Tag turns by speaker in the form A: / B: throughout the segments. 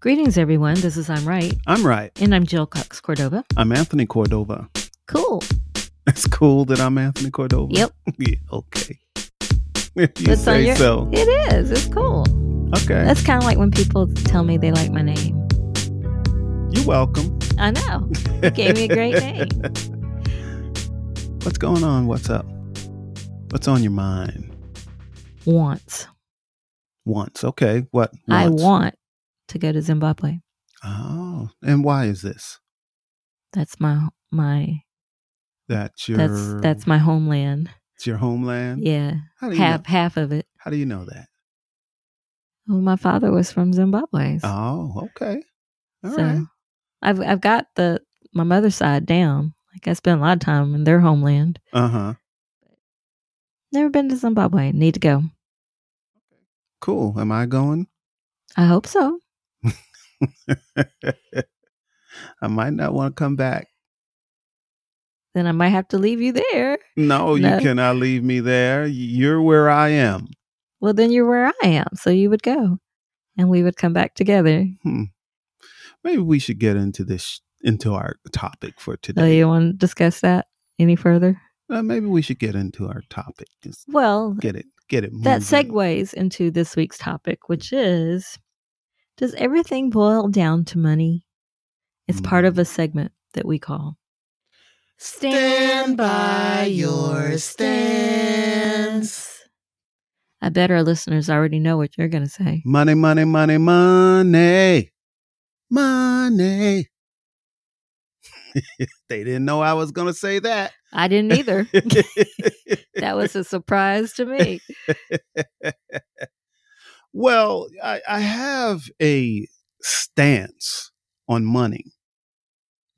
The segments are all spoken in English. A: Greetings, everyone. This is I'm Right,
B: I'm right.
A: and I'm Jill Cox Cordova.
B: I'm Anthony Cordova.
A: Cool.
B: It's cool that I'm Anthony Cordova.
A: Yep.
B: yeah, okay. If you
A: That's on
B: say
A: your-
B: so.
A: It is. It's cool.
B: Okay.
A: That's kind of like when people tell me they like my name.
B: You're welcome.
A: I know. You gave me a great name.
B: What's going on? What's up? What's on your mind?
A: Wants.
B: Once. Okay. What?
A: I
B: Once.
A: want to go to Zimbabwe.
B: Oh. And why is this?
A: That's my my
B: That's your
A: that's that's my homeland.
B: it's your homeland?
A: Yeah,
B: How do you
A: half
B: know,
A: half of it.
B: how do you know that?
A: Well, my father was from Zimbabwe, so
B: Oh, okay. All right.
A: so I've I've got the my mother's side down. Like I spent a lot of time in their homeland.
B: Uh-huh.
A: Never been to Zimbabwe. Need to go.
B: Cool. Am I going?
A: I hope so.
B: I might not want to come back.
A: Then I might have to leave you there. No.
B: No, you cannot leave me there. You're where I am.
A: Well, then you're where I am, so you would go, and we would come back together.
B: Maybe we should get into this into our topic for
A: So
B: today.
A: Uh, you want to discuss that any further?
B: Uh, maybe we should get into our topic. Just
A: Well,
B: get it, get it.
A: that
B: moving.
A: segues into this week's topic, which is Does everything boil down to money? It's part of a segment that we call
C: Stand by your stance.
A: I bet our listeners already know what you're going to say.
B: Money, money, money, money, money. they didn't know I was going to say that.
A: I didn't either. that was a surprise to me.
B: well, I, I have a stance on money.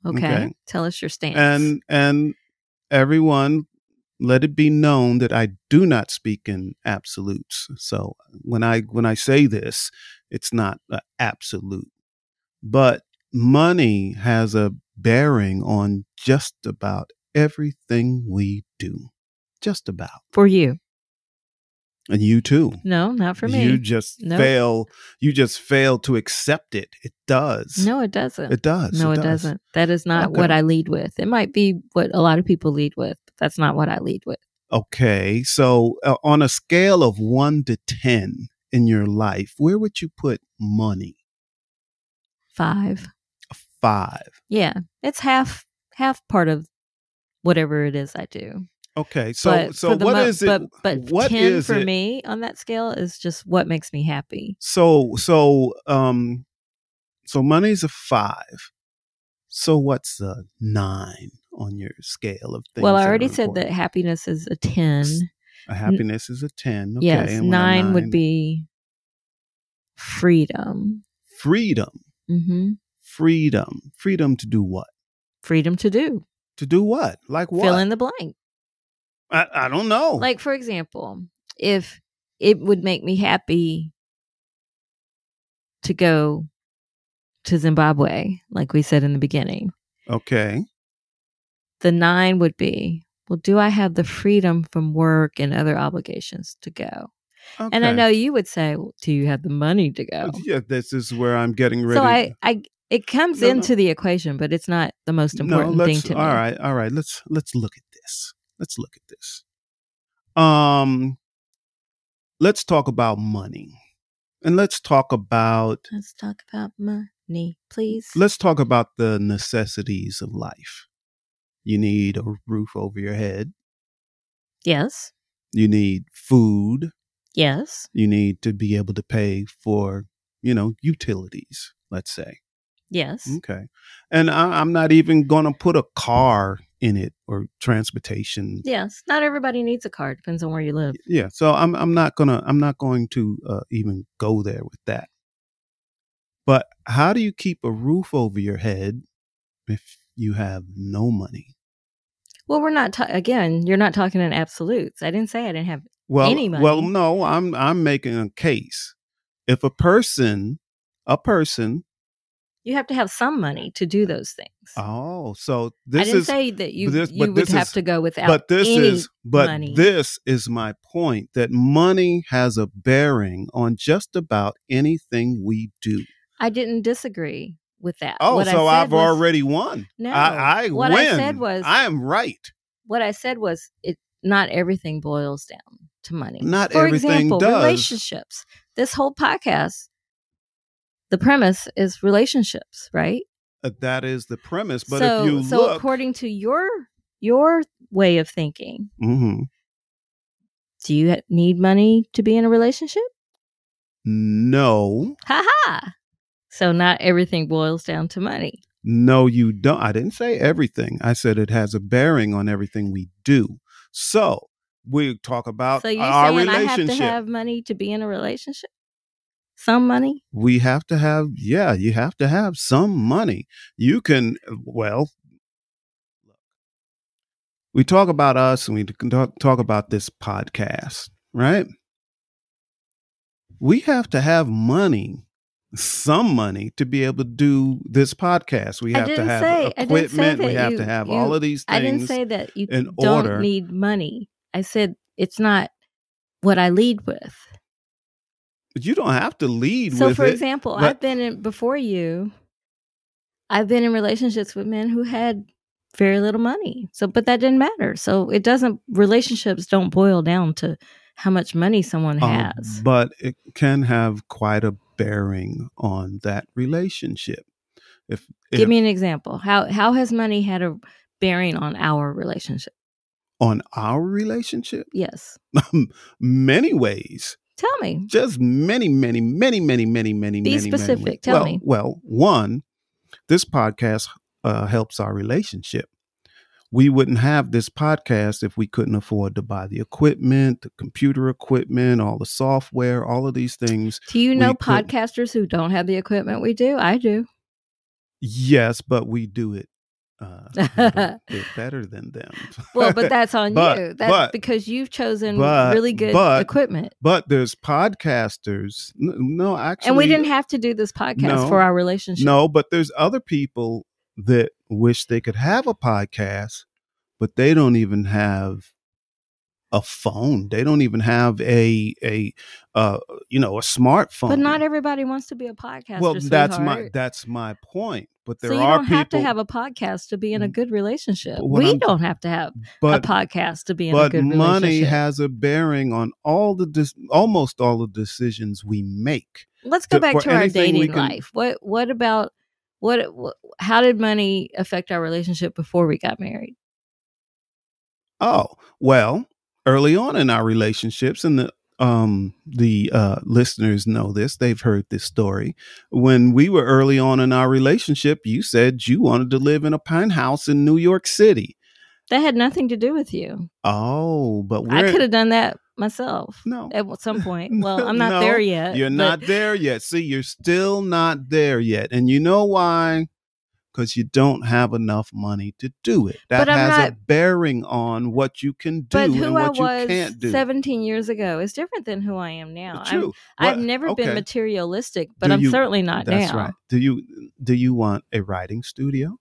A: Okay.
B: Okay.
A: Tell us your stance.
B: and and everyone let it be known that i do not speak in absolutes so when i when i say this it's not a absolute but money has a bearing on just about everything we do just about
A: for you.
B: and you too
A: No, not for me.
B: you just
A: No.
B: fail you just fail to accept it it does
A: no, it doesn't.
B: it does
A: no, it,
B: does.
A: doesn't. That is not
B: Okay.
A: what I lead with. It might be what a lot of people lead with, but that's not what I lead with.
B: Okay, so uh, on a scale of one to 10 in your life, where would you put money?
A: Five.
B: A Five.
A: Yeah. It's half half part of whatever it is I do.
B: Okay, so
A: but
B: so
A: for the
B: what
A: mo-
B: is it?
A: But, but
B: what
A: ten
B: is
A: for
B: it-
A: me on that scale is just what makes me happy.
B: So so um, so money's a five. So what's a nine on your scale of things?
A: Well, I
B: that are
A: already said that
B: important?
A: happiness is a ten.
B: S- A happiness is a ten. Okay,
A: yes,
B: and when a
A: nine would be freedom.
B: freedom,
A: hmm
B: freedom, freedom to do what?
A: Freedom to do.
B: To do what? Like what? Oh.
A: Fill in the blank.
B: I, I don't know.
A: Like for example, if it would make me happy to go to Zimbabwe, like we said in the beginning,
B: okay.
A: the nine would be, well, do I have the freedom from work and other obligations to go?
B: okay.
A: And I know you would say, well, do you have the money to go?
B: Yeah, this is where I'm getting ready.
A: Oh. So I, I, it comes
B: No, no.
A: into the equation, but it's not the most important
B: no,
A: thing
B: let's,
A: to me.
B: all right, all right. Let's let's look at this. Let's look at this. Um, let's talk about money, and let's talk about
A: Let's talk about money, please.
B: let's talk about the necessities of life. You need a roof over your head.
A: yes,
B: You need food.
A: yes,
B: You need to be able to pay for you know utilities. Let's say.
A: yes.
B: Okay. And I, I'm not even going to put a car in it or transportation.
A: Yes, not everybody needs a car. Depends on where you live.
B: Yeah. So I'm I'm not going to I'm not going to uh, even go there with that. But how do you keep a roof over your head if you have no money?
A: Well, we're not ta- again. You're not talking in absolutes. I didn't say I didn't have.
B: Well,
A: Any money.
B: well, no, I'm I'm making a case. If a person a person
A: You have to have some money to do those things.
B: oh, so
A: I
B: this
A: didn't
B: is
A: say that you
B: but this-
A: you
B: but
A: would
B: this
A: have
B: is-
A: to go without.
B: but this
A: any-
B: is but
A: money.
B: this is my point that money has a bearing on just about anything we do
A: I didn't disagree with that.
B: Oh,
A: What I
B: so
A: said
B: I've
A: was-
B: already won.
A: No,
B: I, I
A: what
B: win.
A: I said was
B: I am right.
A: what I said was it. Not everything boils down to money.
B: Not
A: For
B: everything
A: example,
B: does.
A: relationships. This whole podcast, the premise is relationships, right?
B: Uh, That is the premise. But
A: so,
B: if you
A: so
B: look,
A: according to your your way of thinking,
B: Mhm.
A: do you ha- need money to be in a relationship?
B: no,
A: Ha ha! So not everything boils down to money.
B: no, you don't. I didn't say everything. I said it has a bearing on everything we do. So we talk about
A: so you
B: our
A: saying I have
B: relationship.
A: to have money to be in a relationship? Some money?
B: we have to have yeah you have to have some money you can well we talk about us and we can talk, talk about this podcast right we have to have money some money to be able to do this podcast we
A: I
B: have to
A: didn't
B: have
A: say- I didn't say
B: equipment we
A: that
B: have
A: you-
B: to have
A: you-
B: all of these things
A: I didn't say that you
B: in
A: don't
B: order.
A: need money. I said it's not what I lead with.
B: But you don't have to lead
A: so,
B: with
A: for
B: it.
A: example,
B: but-
A: I've been in before you. I've been in relationships with men who had very little money. So, but that didn't matter. So, it doesn't. Relationships don't boil down to how much money someone
B: Um,
A: has.
B: But it can have quite a bearing on that relationship. If, if
A: Give me an example. How how has money had a bearing on our relationship?
B: on our relationship,
A: Yes.
B: many ways,
A: Tell me.
B: just many, many, many, many, many, many,
A: Be
B: many, many
A: specific.
B: ways.
A: Tell
B: well,
A: me.
B: Well, one, this podcast uh, helps our relationship. We wouldn't have this podcast if we couldn't afford to buy the equipment, the computer equipment, all the software, all of these things.
A: Do you
B: We
A: know
B: could-
A: podcasters who don't have the equipment we do? I do.
B: Yes, but we do it uh, a little bit better than them.
A: Well, but that's on
B: But-
A: you. That's
B: but-
A: because you've chosen
B: but-
A: really good
B: but-
A: equipment.
B: but there's podcasters. n- No, actually,
A: And we didn't have to do this podcast
B: No.
A: for our relationship.
B: No, but there's other people that wish they could have a podcast, but they don't even have a phone. They don't even have a a uh you know a smartphone.
A: But not everybody wants to be a podcaster.
B: well, that's my
A: sweetheart.
B: that's my point. But there
A: so you
B: are
A: don't
B: people. Mm.
A: have to have a podcast to be in a good relationship.
B: But what
A: We
B: I'm-
A: don't have to have
B: but
A: a podcast to be in a
B: but
A: good
B: money
A: relationship.
B: has a bearing on all the dis- almost all the decisions we make.
A: Let's go
B: to-
A: back
B: for
A: to our
B: anything we
A: dating
B: can-
A: life. What what about what wh- how did money affect our relationship before we got married?
B: Oh, well, early on in our relationships, and the um the uh listeners know this, they've heard this story. When we were early on in our relationship, you said you wanted to live in a penthouse in New York City.
A: That had nothing to do with you.
B: Oh, but we're
A: I could have done that myself.
B: no.
A: at some point. Well, I'm not
B: No,
A: there yet.
B: You're
A: Uh, but-
B: not there yet. See, you're still not there yet. And you know why? Because you don't have enough money to do it. That
A: But I'm
B: has a
A: not-
B: bearing on what you can do
A: But
B: and
A: who I
B: what you
A: was
B: can't do.
A: 17 years ago is different than who I am now. I'm-
B: True.
A: I've
B: What-
A: never
B: okay.
A: been materialistic, but
B: Do
A: I'm
B: you-
A: certainly not
B: That's
A: now.
B: right. Do you do you want a writing studio?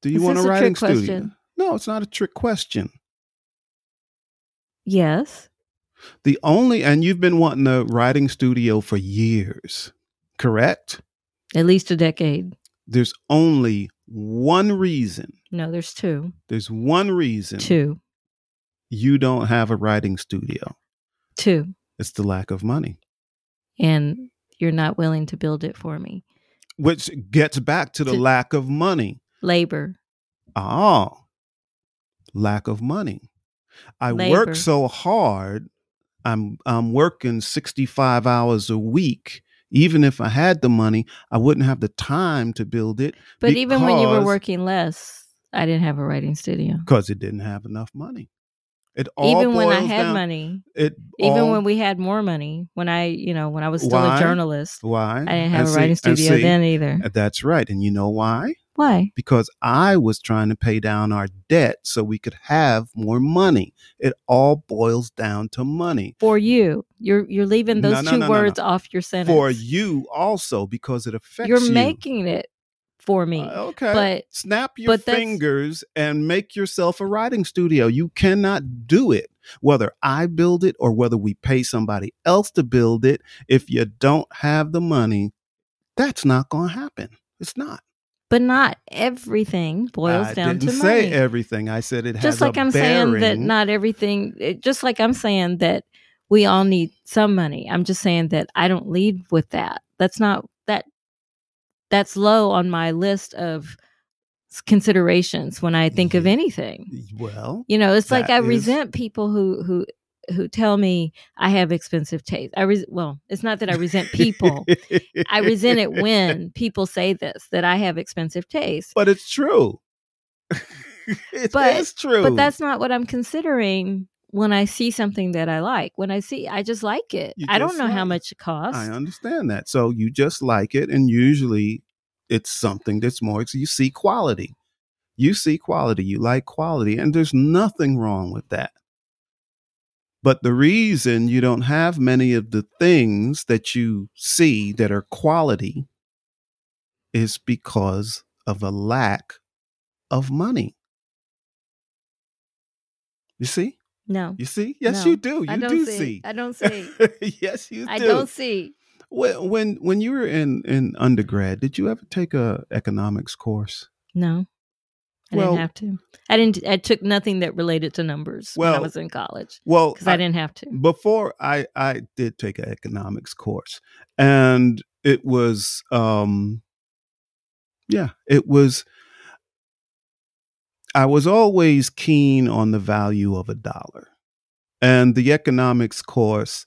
B: Do you
A: Is
B: want
A: this
B: a
A: a trick
B: writing studio?
A: question?
B: No, it's not a trick question.
A: Yes.
B: The only and you've been wanting a writing studio for years, correct?
A: At least a decade.
B: There's only one reason.
A: No, there's two.
B: There's one reason
A: Two.
B: you don't have a writing studio.
A: Two.
B: It's the lack of money,
A: And you're not willing to build it for me.
B: which gets back to the
A: To-
B: lack of money.
A: Labor.
B: Oh, lack of money. I
A: Labor.
B: work so hard. I'm I'm working 65 hours a week. Even if I had the money, I wouldn't have the time to build it
A: But even when you were
B: Because-
A: working less, I didn't have a writing studio.
B: because it didn't have enough money. It all
A: Even when I
B: boils
A: had
B: down-
A: money,
B: It
A: even
B: all-
A: when we had more money, when I, you know, when I was still
B: Why?
A: a journalist,
B: why
A: I didn't have
B: And
A: a writing
B: see- and
A: studio
B: see,
A: then either.
B: That's right, and you know why?
A: Why?
B: Because I was trying to pay down our debt so we could have more money. It all boils down to money.
A: for you. You're you're leaving
B: No,
A: those
B: no,
A: two
B: no, no, no.
A: words off your sentence.
B: for you also because it affects
A: You're
B: you.
A: making it for me.
B: Uh, okay.
A: But
B: Snap your
A: but that's-
B: fingers and make yourself a writing studio. You cannot do it. Whether I build it or whether we pay somebody else to build it, if you don't have the money, that's not going to happen. It's not.
A: But not everything boils
B: I
A: down
B: didn't
A: to
B: say
A: money.
B: everything. I said it has
A: just like
B: i
A: I'm saying that not everything. it- just like I'm saying that we all need some money. I'm just saying that I don't lead with that. That's not that. That's low on my list of s- considerations when I think of
B: Ye-
A: anything.
B: Well,
A: You know, it's like I
B: Mm-hmm. That is-
A: resent people who who who tell me I have expensive taste. I res- well, it's not that I resent people. I resent it when people say this that I have expensive taste.
B: But it's true. It
A: But-
B: is true.
A: But that's not what I'm considering when I see something that I like. When I see I just like it.
B: You
A: I don't
B: just
A: know how
B: like it.
A: much it costs.
B: I understand that. So you just like it, and usually it's something that's more. You see quality. You see quality. You like quality, and there's nothing wrong with that. But the reason you don't have many of the things that you see that are quality is because of a lack of money. You see?
A: no.
B: You see? Yes,
A: No.
B: you do. You
A: I don't
B: do
A: see.
B: see.
A: I don't see.
B: yes, you do.
A: I don't see.
B: When when when you were in in undergrad, did you ever take a economics course?
A: No. I
B: Well-
A: didn't have to. I didn't I took nothing that related to numbers when
B: Well,
A: I was in college
B: Well,
A: cuz I, didn't have to.
B: before I I did take an economics course, and it was um, yeah, it was. I was always keen on the value of a dollar, and the economics course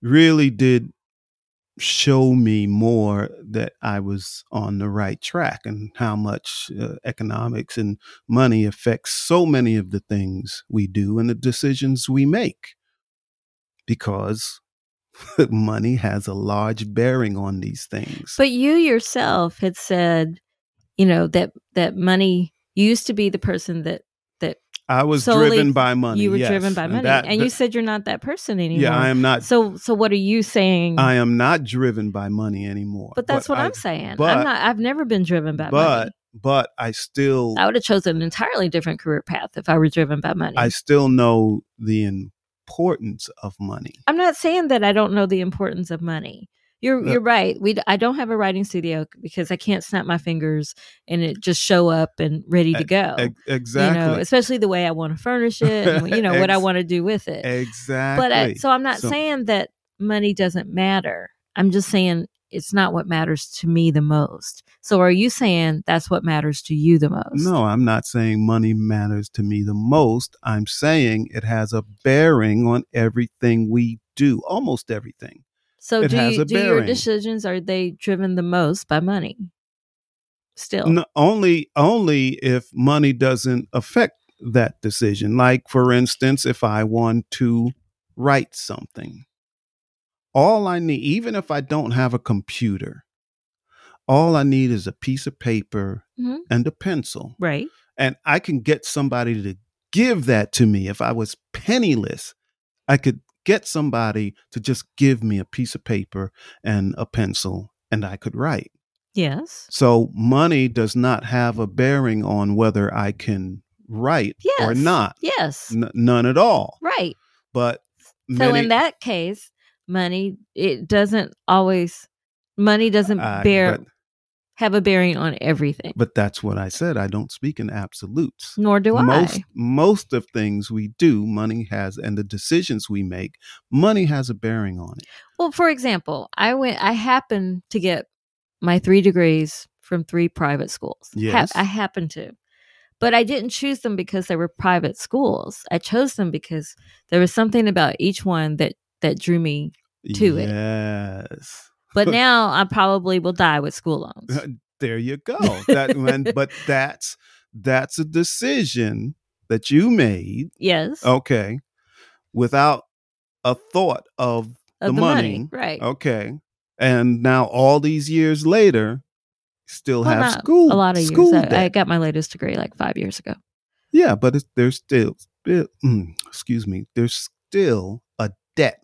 B: really did show me more that I was on the right track and how much uh, economics and money affects so many of the things we do and the decisions we make because money has a large bearing on these things.
A: But you yourself had said, you know, that that money you used to be the person that
B: I was
A: solely
B: driven by money.
A: you were
B: yes,
A: driven by money. And,
B: that-
A: you said you're not that person anymore.
B: yeah, I am not.
A: so so what are you saying?
B: I am not driven by money anymore.
A: but that's what
B: I,
A: I, am saying.
B: but-
A: I'm not I've never been driven by
B: but
A: money.
B: but I still
A: I would have chosen an entirely different career path if I were driven by money.
B: I still know the importance of money.
A: I'm not saying that I don't know the importance of money. You're
B: No.
A: you're right. We d- I don't have a writing studio because I can't snap my fingers and it just show up and ready to go.
B: E- exactly.
A: Oh, You know, especially the way I want to furnish it and you know what I
B: Ex-
A: want to do with it.
B: exactly.
A: eh, But I, so I'm not
B: So-
A: saying that money doesn't matter. I'm just saying it's not what matters to me the most. So are you saying that's what matters to you the most?
B: No, I'm not saying money matters to me the most. I'm saying it has a bearing on everything we do, almost everything.
A: So
B: It
A: do
B: has
A: you,
B: a
A: do your
B: bearing.
A: decisions are they driven the most by money? Still.
B: No, only only if money doesn't affect that decision. Like for instance, if I want to write something, all I need, even if I don't have a computer, all I need is a piece of paper
A: Mhm.
B: and a pencil.
A: Right.
B: and I can get somebody to give that to me. If I was penniless, I could get somebody to just give me a piece of paper and a pencil and I could write.
A: Yes.
B: So money does not have a bearing on whether I can write
A: Yes.
B: or not.
A: Yes.
B: N- none at all.
A: Right.
B: But
A: so
B: many-
A: in that case, money it doesn't always money doesn't
B: I-
A: bear
B: Uh, but,
A: have a bearing on everything.
B: but that's what I said. I don't speak in absolutes.
A: Nor do
B: most
A: I.
B: most of things we do, money has and the decisions we make, money has a bearing on it.
A: Well, for example, I went. I happened to get my three degrees from three private schools. Ha-
B: Yes.
A: I happened to, but I didn't choose them because they were private schools. I chose them because there was something about each one that that drew me. to it.
B: yes. Yes.
A: But now I probably will die with school loans.
B: Uh, There you go. That man, but that's that's a decision that you made,
A: Yes,
B: oh, okay, without a thought of,
A: of
B: the money. Oh,
A: right?
B: okay. And now all these years later, still
A: Well,
B: have
A: not
B: school.
A: A lot of
B: school
A: years. I, I
B: debt.
A: got my latest degree like five years ago.
B: yeah, but it's, there's still, still mm, excuse me, there's still a debt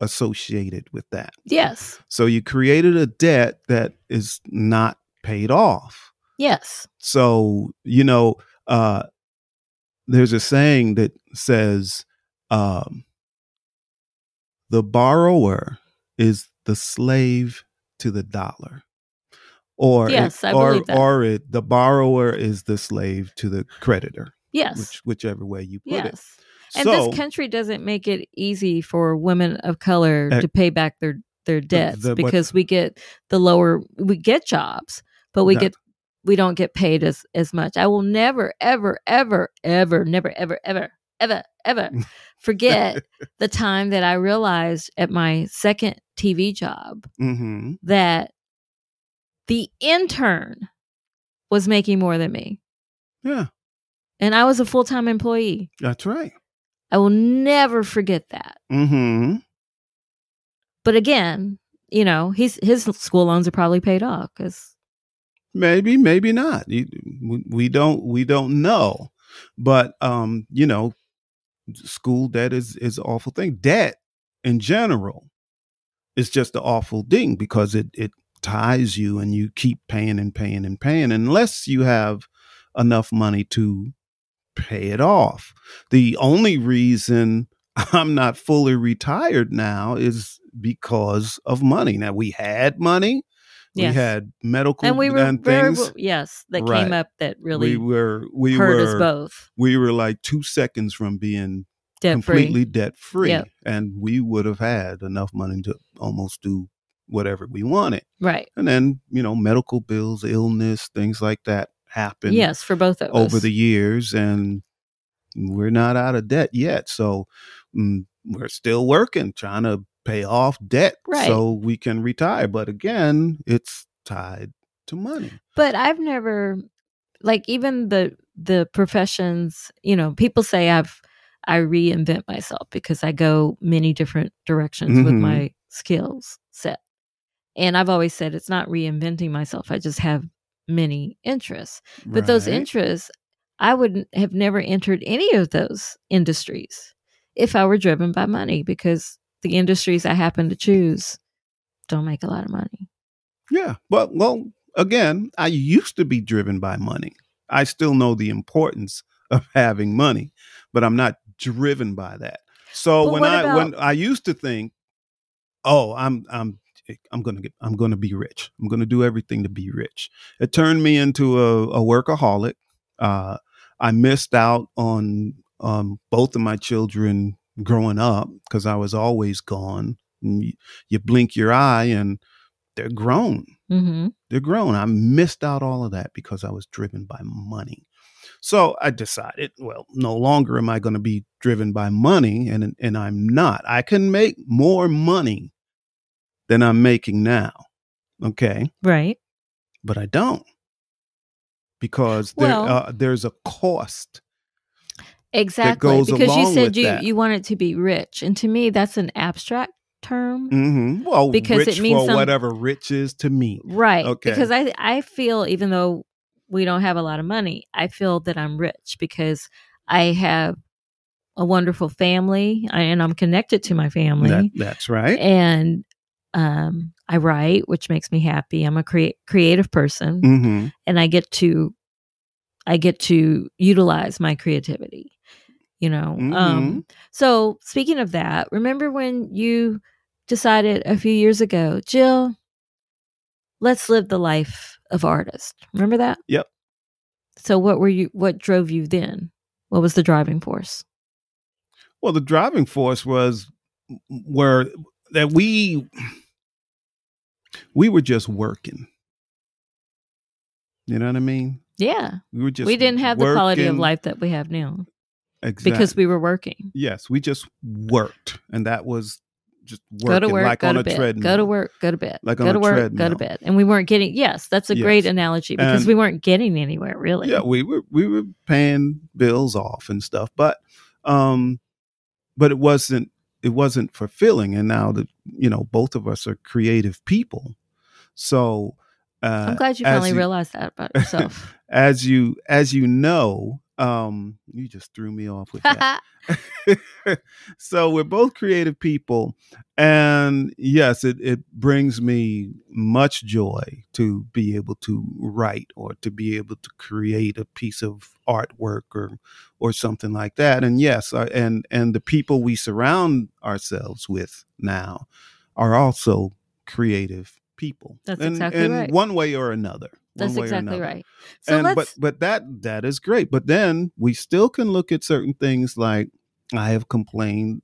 B: associated with that.
A: Yes,
B: So you created a debt that is not paid off.
A: yes.
B: So, you know, uh, there's a saying that says Um, the borrower is the slave to the dollar. Or,
A: Yes, I
B: it, or,
A: believe that.
B: or it, the borrower is the slave to the creditor,
A: Yes.
B: which, whichever way you put it.
A: yes. And
B: so,
A: this country doesn't make it easy for women of color
B: Uh,
A: to pay back their their debts
B: the- what-
A: because we get the lower we get jobs, but we
B: That-
A: get we don't get paid as as much. I will never ever ever ever never ever ever ever ever forget the time that I realized at my second TV job
B: hmm
A: that the intern was making more than me
B: yeah,
A: and I was a full-time employee.
B: that's right.
A: I will never forget that.
B: hmm
A: but again, you know, he's his school loans are probably paid off because
B: maybe maybe not You- we- we don't we don't know but um you know school debt is is an awful thing debt in general is just an awful thing because it it ties you and you keep paying and paying and paying unless you have enough money to pay it off the only reason i'm not fully retired now is because of money now we had money
A: Yes.
B: we had medical
A: and we were very
B: things
A: yes that
B: Right.
A: came up that really
B: we were we
A: hurt
B: were
A: us both
B: we were like two seconds from being
A: debt free.
B: completely debt free
A: Yep.
B: and we would have had enough money to almost do whatever we wanted
A: Right.
B: and then you know medical bills illness things like that happen
A: Yes, for both of us.
B: over the years and we're not out of debt yet so mm, we're still working trying to pay off debt
A: Right.
B: so we can retire but again it's tied to money
A: but I've never like even the the professions, you know, people say I've I reinvent myself because I go many different directions with
B: Mhm.
A: my skills set. And I've always said it's not reinventing myself. I just have many interests. But those
B: Right.
A: interests, I would n- have never entered any of those industries if I were driven by money because the industries I happen to choose don't make a lot of money.
B: Yeah. But well, again, I used to be driven by money. I still know the importance of having money, but I'm not driven by that. So
A: But
B: when
A: what
B: I
A: about-
B: when I used to think, oh, I'm I'm I'm gonna get I'm gonna be rich. I'm gonna do everything to be rich. It turned me into a, a workaholic. Uh, I missed out on um, both of my children growing up because I was always gone. And you, you blink your eye and they're grown
A: Mm-hmm.
B: they're grown. I missed out all of that because I was driven by money. So I decided, well, no longer am I going to be driven by money, and and I'm not. I can make more money than I'm making now. Okay,
A: Right.
B: but I don't because there
A: Well-
B: uh, there's a cost.
A: Exactly.
B: goes
A: because you
B: along
A: said
B: with
A: you,
B: that.
A: you wanted to be rich. And to me, that's an abstract term.
B: hmm Well,
A: Because
B: rich
A: it means
B: for
A: some-
B: whatever rich is to me.
A: Right.
B: Okay.
A: Because I I feel even though we don't have a lot of money, I feel that I'm rich because I have a wonderful family and I'm connected to my family.
B: That, that's right.
A: and um, I write, which makes me happy. I'm a crea- creative person,
B: hmm
A: and I get to I get to utilize my creativity. You know.
B: Mm-hmm.
A: Um, so speaking of that, remember when you decided a few years ago, Jill, let's live the life of artist. Remember that?
B: Yep.
A: So what were you? What drove you then? What was the driving force?
B: Well, the driving force was where that we we were just working. You know what I mean?
A: Yeah,
B: We were just
A: we didn't have the quality of
B: working-
A: life that we have now
B: exactly.
A: because we were working.
B: yes, we just worked, and that was just
A: go
B: working
A: to work,
B: like
A: go
B: on
A: to
B: a
A: bed,
B: treadmill.
A: go to work, go to bed,
B: Like
A: go
B: on
A: to
B: a
A: work, go to
B: treadmill.
A: bed, and we weren't getting. Yes, that's a great
B: Yes.
A: analogy because
B: And-
A: we weren't getting anywhere really.
B: Yeah, we were we were paying bills off and stuff, but um, but it wasn't it wasn't fulfilling. And now that you know, both of us are creative people, so uh,
A: I'm glad you
B: as
A: finally
B: you-
A: realized that about yourself.
B: as you as you know Um, you just threw me off with that. so we're both creative people and yes it, it brings me much joy to be able to write or to be able to create a piece of artwork or or something like that and yes I, and and the people we surround ourselves with now are also creative people
A: That's
B: and,
A: exactly
B: and
A: right.
B: one way or another
A: That's
B: one way or
A: exactly
B: another
A: right. So
B: and
A: let's
B: but but that that is great. But then we still can look at certain things like I have complained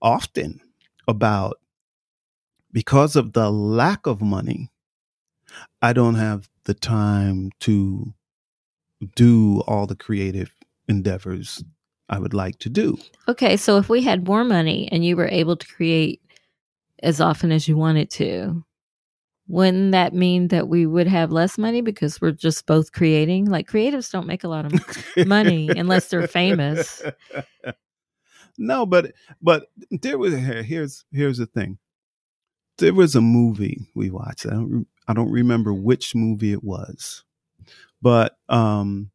B: often about because of the lack of money, I don't have the time to do all the creative endeavors I would like to do.
A: okay, so if we had more money and you were able to create as often as you wanted to, wouldn't that mean that we would have less money because we're just both creating? Like creatives don't make a lot of money. Money, unless they're famous.
B: No, but but there was here- here's here's the thing. There was a movie we watched. I don't re- I don't remember which movie it was, but um,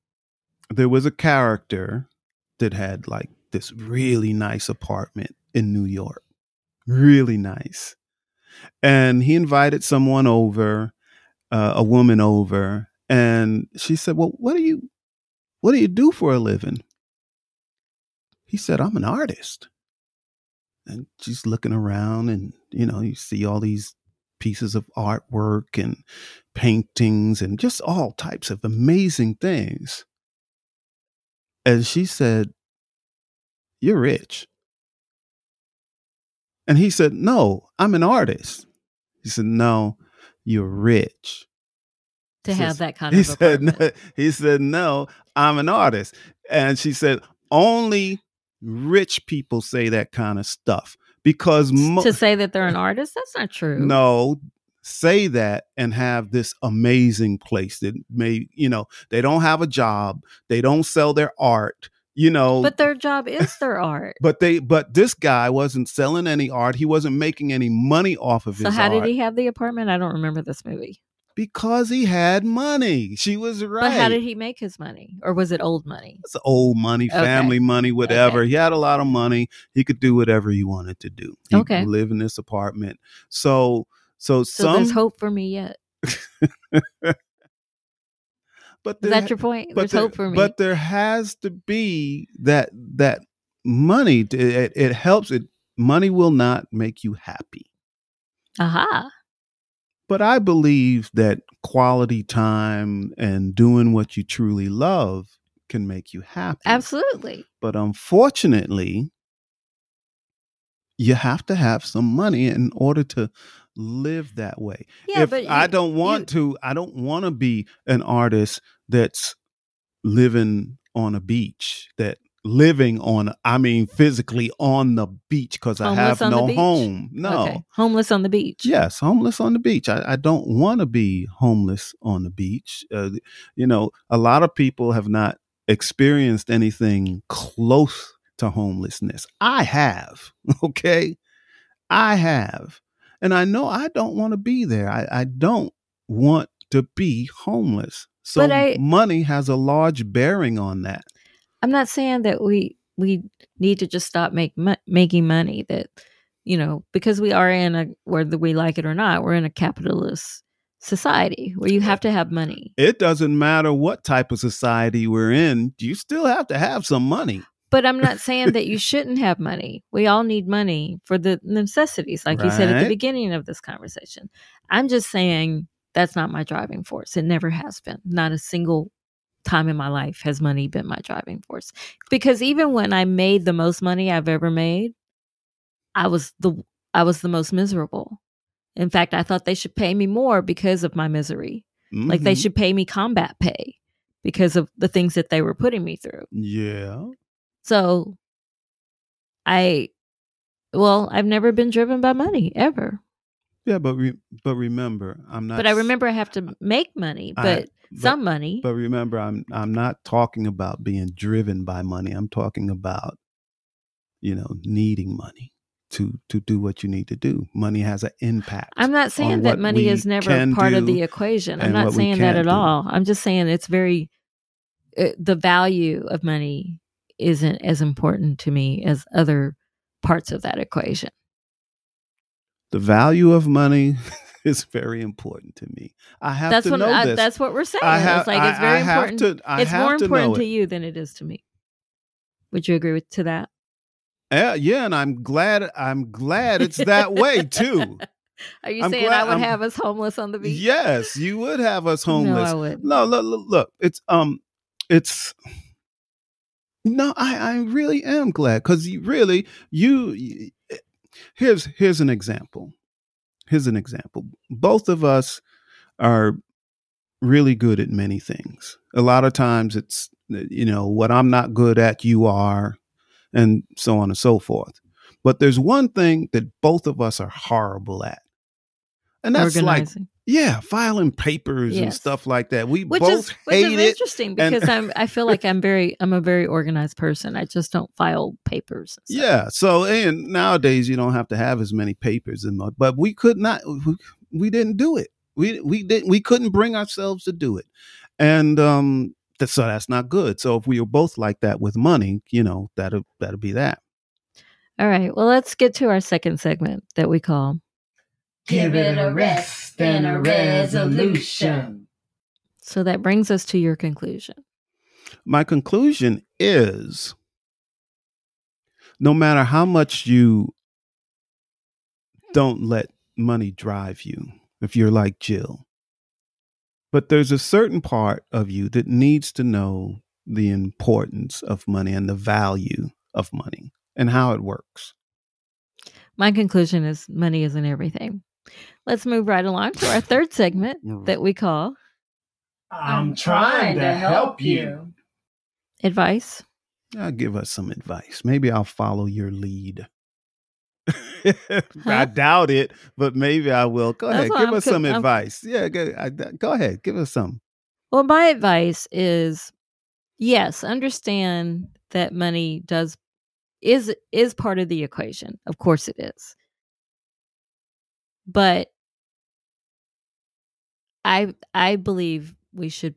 B: there was a character that had like this really nice apartment in New York, really nice, and he invited someone over, uh, a woman over, and she said, "Well, what do you, what do you do for a living?" He said, I'm an artist. And she's looking around, and you know, you see all these pieces of artwork and paintings and just all types of amazing things. And she said, You're rich. And he said, No, I'm an artist. He said, No, you're rich.
A: to
B: He
A: have
B: says-
A: that kind
B: He
A: of
B: said,
A: apartment.
B: no, he said, no, I'm an artist. And she said, only rich people say that kind of stuff because mo-
A: to say that they're an artist, that's not true.
B: no, say that and have this amazing place that may, you know, they don't have a job. They don't sell their art, you know,
A: But their job is their art.
B: but they, but this guy wasn't selling any art. He wasn't making any money off of
A: so
B: his
A: how did
B: art
A: he have the apartment? I don't remember this movie.
B: because he had money. She was right.
A: But how did he make his money? Or was it old money?
B: it's old money,
A: Okay.
B: family money, whatever. He had a lot of money. He could do whatever he wanted to do. He
A: Okay.
B: live in this apartment. So so,
A: So
B: some
A: there's hope for me yet.
B: but
A: Is
B: there,
A: that your point?
B: but
A: There's
B: there-
A: hope for me.
B: But there has to be that that money. It, it- it helps it money will not make you happy.
A: Aha.
B: But I believe that quality time and doing what you truly love can make you happy.
A: Absolutely.
B: But unfortunately, you have to have some money in order to live that way.
A: Yeah,
B: if
A: but
B: I
A: you-
B: don't
A: you-
B: want to, I don't want to be an artist that's living on a beach, that living on, I mean, physically on the beach because I
A: Homeless
B: have
A: on the
B: no
A: beach?
B: home. No.
A: Okay. Homeless on the beach.
B: Yes, homeless on the beach. I, I don't want to be homeless on the beach. Uh, you know, a lot of people have not experienced anything close to homelessness. I have, okay? I have. And I know I don't want to be there. I, I don't want to be homeless. So
A: But I-
B: money has a large bearing on that.
A: I'm not saying that we we need to just stop make mo- making money. That you know, because we are in a whether we like it or not, we're in a capitalist society where you have to have money.
B: It doesn't matter what type of society we're in, you still have to have some money.
A: But I'm not saying that you shouldn't have money. We all need money for the necessities, like you said at the
B: Right.
A: beginning of this conversation. I'm just saying that's not my driving force. It never has been. Not a single time in my life has money been my driving force. Because even when I made the most money I've ever made, I was the I was the most miserable. In fact, I thought they should pay me more because of my misery. Like they
B: Mhm.
A: should pay me combat pay because of the things that they were putting me through.
B: Yeah.
A: So I well, I've never been driven by money ever.
B: Yeah, but re- but remember, I'm not.
A: but I
B: s-
A: remember I have to make money,
B: I-
A: but
B: but-
A: some money.
B: But remember, I'm I'm not talking about being driven by money. I'm talking about, you know, needing money to to do what you need to do. Money has an impact.
A: I'm not
B: on
A: saying that
B: what
A: money
B: we
A: is never
B: can
A: part of
B: do
A: the equation. I'm
B: and
A: not
B: what we
A: saying that
B: can't
A: at
B: do.
A: all. I'm just saying it's very it, the value of money isn't as important to me as other parts of that equation.
B: The value of money is very important to me. I have
A: that's
B: to
A: what
B: know
A: I,
B: this.
A: that's what we're saying.
B: I have,
A: it's like it's
B: I-
A: very
B: I have
A: important.
B: to- I
A: it's
B: have
A: more
B: to
A: important
B: know
A: to
B: it.
A: you than it is to me. Would you agree with to that?
B: Yeah, Eh, yeah, and I'm glad. I'm glad it's that way too.
A: Are you
B: I'm
A: saying
B: glad-
A: I would
B: I'm-
A: have us homeless on the beach?
B: yes, you would have us
A: No,
B: homeless.
A: I would.
B: No, look, look, look. It's um, it's no. I I really am glad because you really you. eh, Here's here's an example. Here's an example. Both of us are really good at many things. A lot of times, it's eh, you know what I'm not good at, you are, and so on and so forth. But there's one thing that both of us are horrible at, and that's like
A: Organizing,
B: yeah, filing papers and
A: Yes.
B: stuff like that. We
A: which
B: both
A: is which
B: hate
A: is
B: it.
A: interesting
B: and-
A: because I'm I feel like I'm very I'm a very organized person. I just don't file papers. and stuff.
B: Yeah. So and nowadays you don't have to have as many papers and mo- but we could not we, we didn't do it. We we didn't we couldn't bring ourselves to do it. And um that, so that's not good. So if we were both like that with money, you know, that'll that'll be that.
A: All right. Well, let's get to our second segment that we call.
C: Give it a rest and a resolution.
A: So that brings us to your conclusion.
B: My conclusion is no matter how much you don't let money drive you, if you're like Jill, but there's a certain part of you that needs to know the importance of money and the value of money and how it works.
A: My conclusion is money isn't everything. Let's move right along to our third segment that we call
C: I'm trying to help you.
A: advice.
B: I'll give us some advice. Maybe I'll follow your lead. I doubt it, but maybe I will. Go
A: That's
B: ahead,
A: what
B: give
A: I'm
B: us
A: con-
B: some
A: I'm-
B: advice. Yeah, go, I- go ahead, give us some.
A: Well, my advice is yes, understand that money does is is part of the equation. Of course it is. But I I believe we should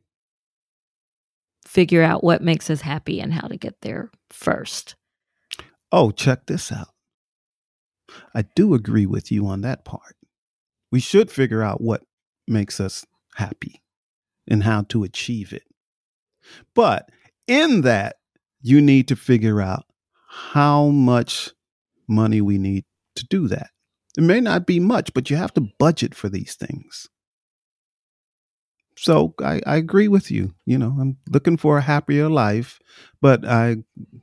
A: figure out what makes us happy and how to get there first.
B: Oh, check this out. I do agree with you on that part. We should figure out what makes us happy and how to achieve it. But in that, you need to figure out how much money we need to do that. It may not be much, but you have to budget for these things. So I, I agree with you. You know, I'm looking for a happier life, but I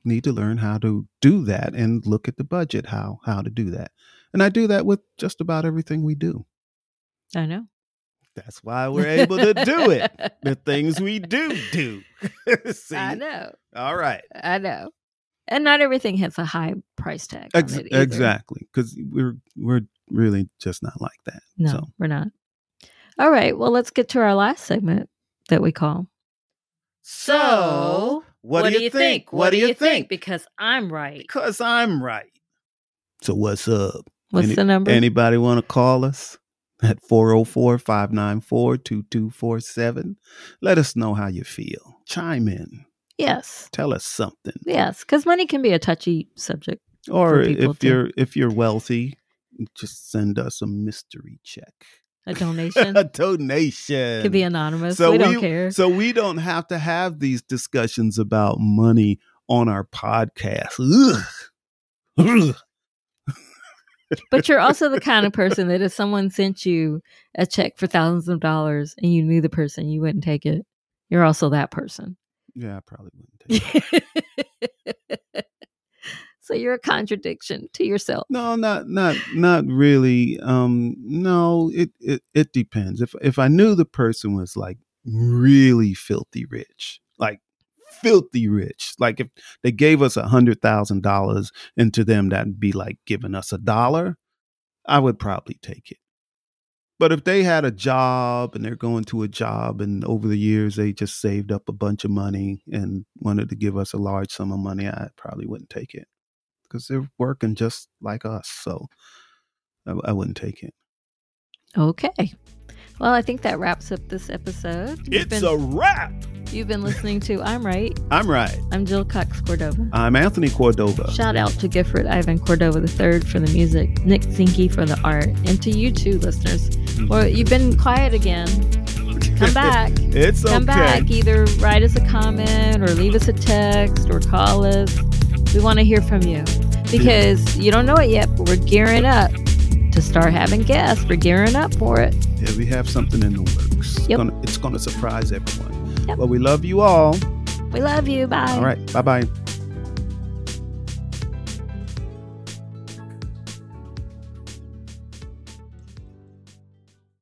B: need to learn how to do that and look at the budget how how to do that and i do that with just about everything we do
A: I know.
B: that's why we're able to do it the things we do do see
A: I know.
B: all right
A: I know. And not everything has a high price tag. on
B: Ex-
A: it either.
B: exactly because we're we're really just not like that
A: No,
B: so
A: we're not. All right. Well, let's get to our last segment that we call.
C: So,
A: Because I'm right.
B: because i'm right so what's up
A: What's
B: Any-
A: the number?
B: Anybody want to call us at 404 594 2247? Let us know how you feel. Chime in.
A: yes.
B: Tell us something.
A: Yes. Because money can be a touchy subject.
B: Or
A: people
B: if
A: to-
B: you're if you're wealthy, just send us a mystery check.
A: A donation
B: a donation.
A: could be anonymous.
B: So
A: we don't
B: we-
A: care.
B: So we don't have to have these discussions about money on our podcast. Ugh. Ugh.
A: but you're also the kind of person that if someone sent you a check for thousands of dollars and you knew the person, you wouldn't take it. You're also that person.
B: Yeah, I probably wouldn't take
A: so you're a contradiction to yourself.
B: No, not not not really. Um, no, it, it it depends. If if I knew the person was like really filthy rich, like filthy rich, like if they gave us a hundred thousand dollars, and to them that'd be like giving us a dollar, I would probably take it. But if they had a job and they're going to a job, and over the years they just saved up a bunch of money and wanted to give us a large sum of money, I probably wouldn't take it because they're working just like us. So I, I wouldn't take it.
A: Okay. Well, I think that wraps up this episode. You've been-
B: wrap.
A: You've been listening to I'm Right.
B: I'm right.
A: I'm Jill Cox Cordova.
B: I'm Anthony Cordova.
A: Shout out to Gifford Ivan Cordova III for the music, Nick Zinke for the art, and to you too, listeners. Well, you've been quiet again. Come back.
B: It's
A: Come
B: okay.
A: back. Either write us a comment or leave us a text or call us. We want to hear from you because you don't know it yet, but we're gearing up to start having guests. We're gearing up for it.
B: Yeah, we have something in the works. It's
A: Yep.
B: gonna- It's going to surprise everyone.
A: Yep.
B: Well, we love you all.
A: We love you. Bye.
B: All right. Bye bye.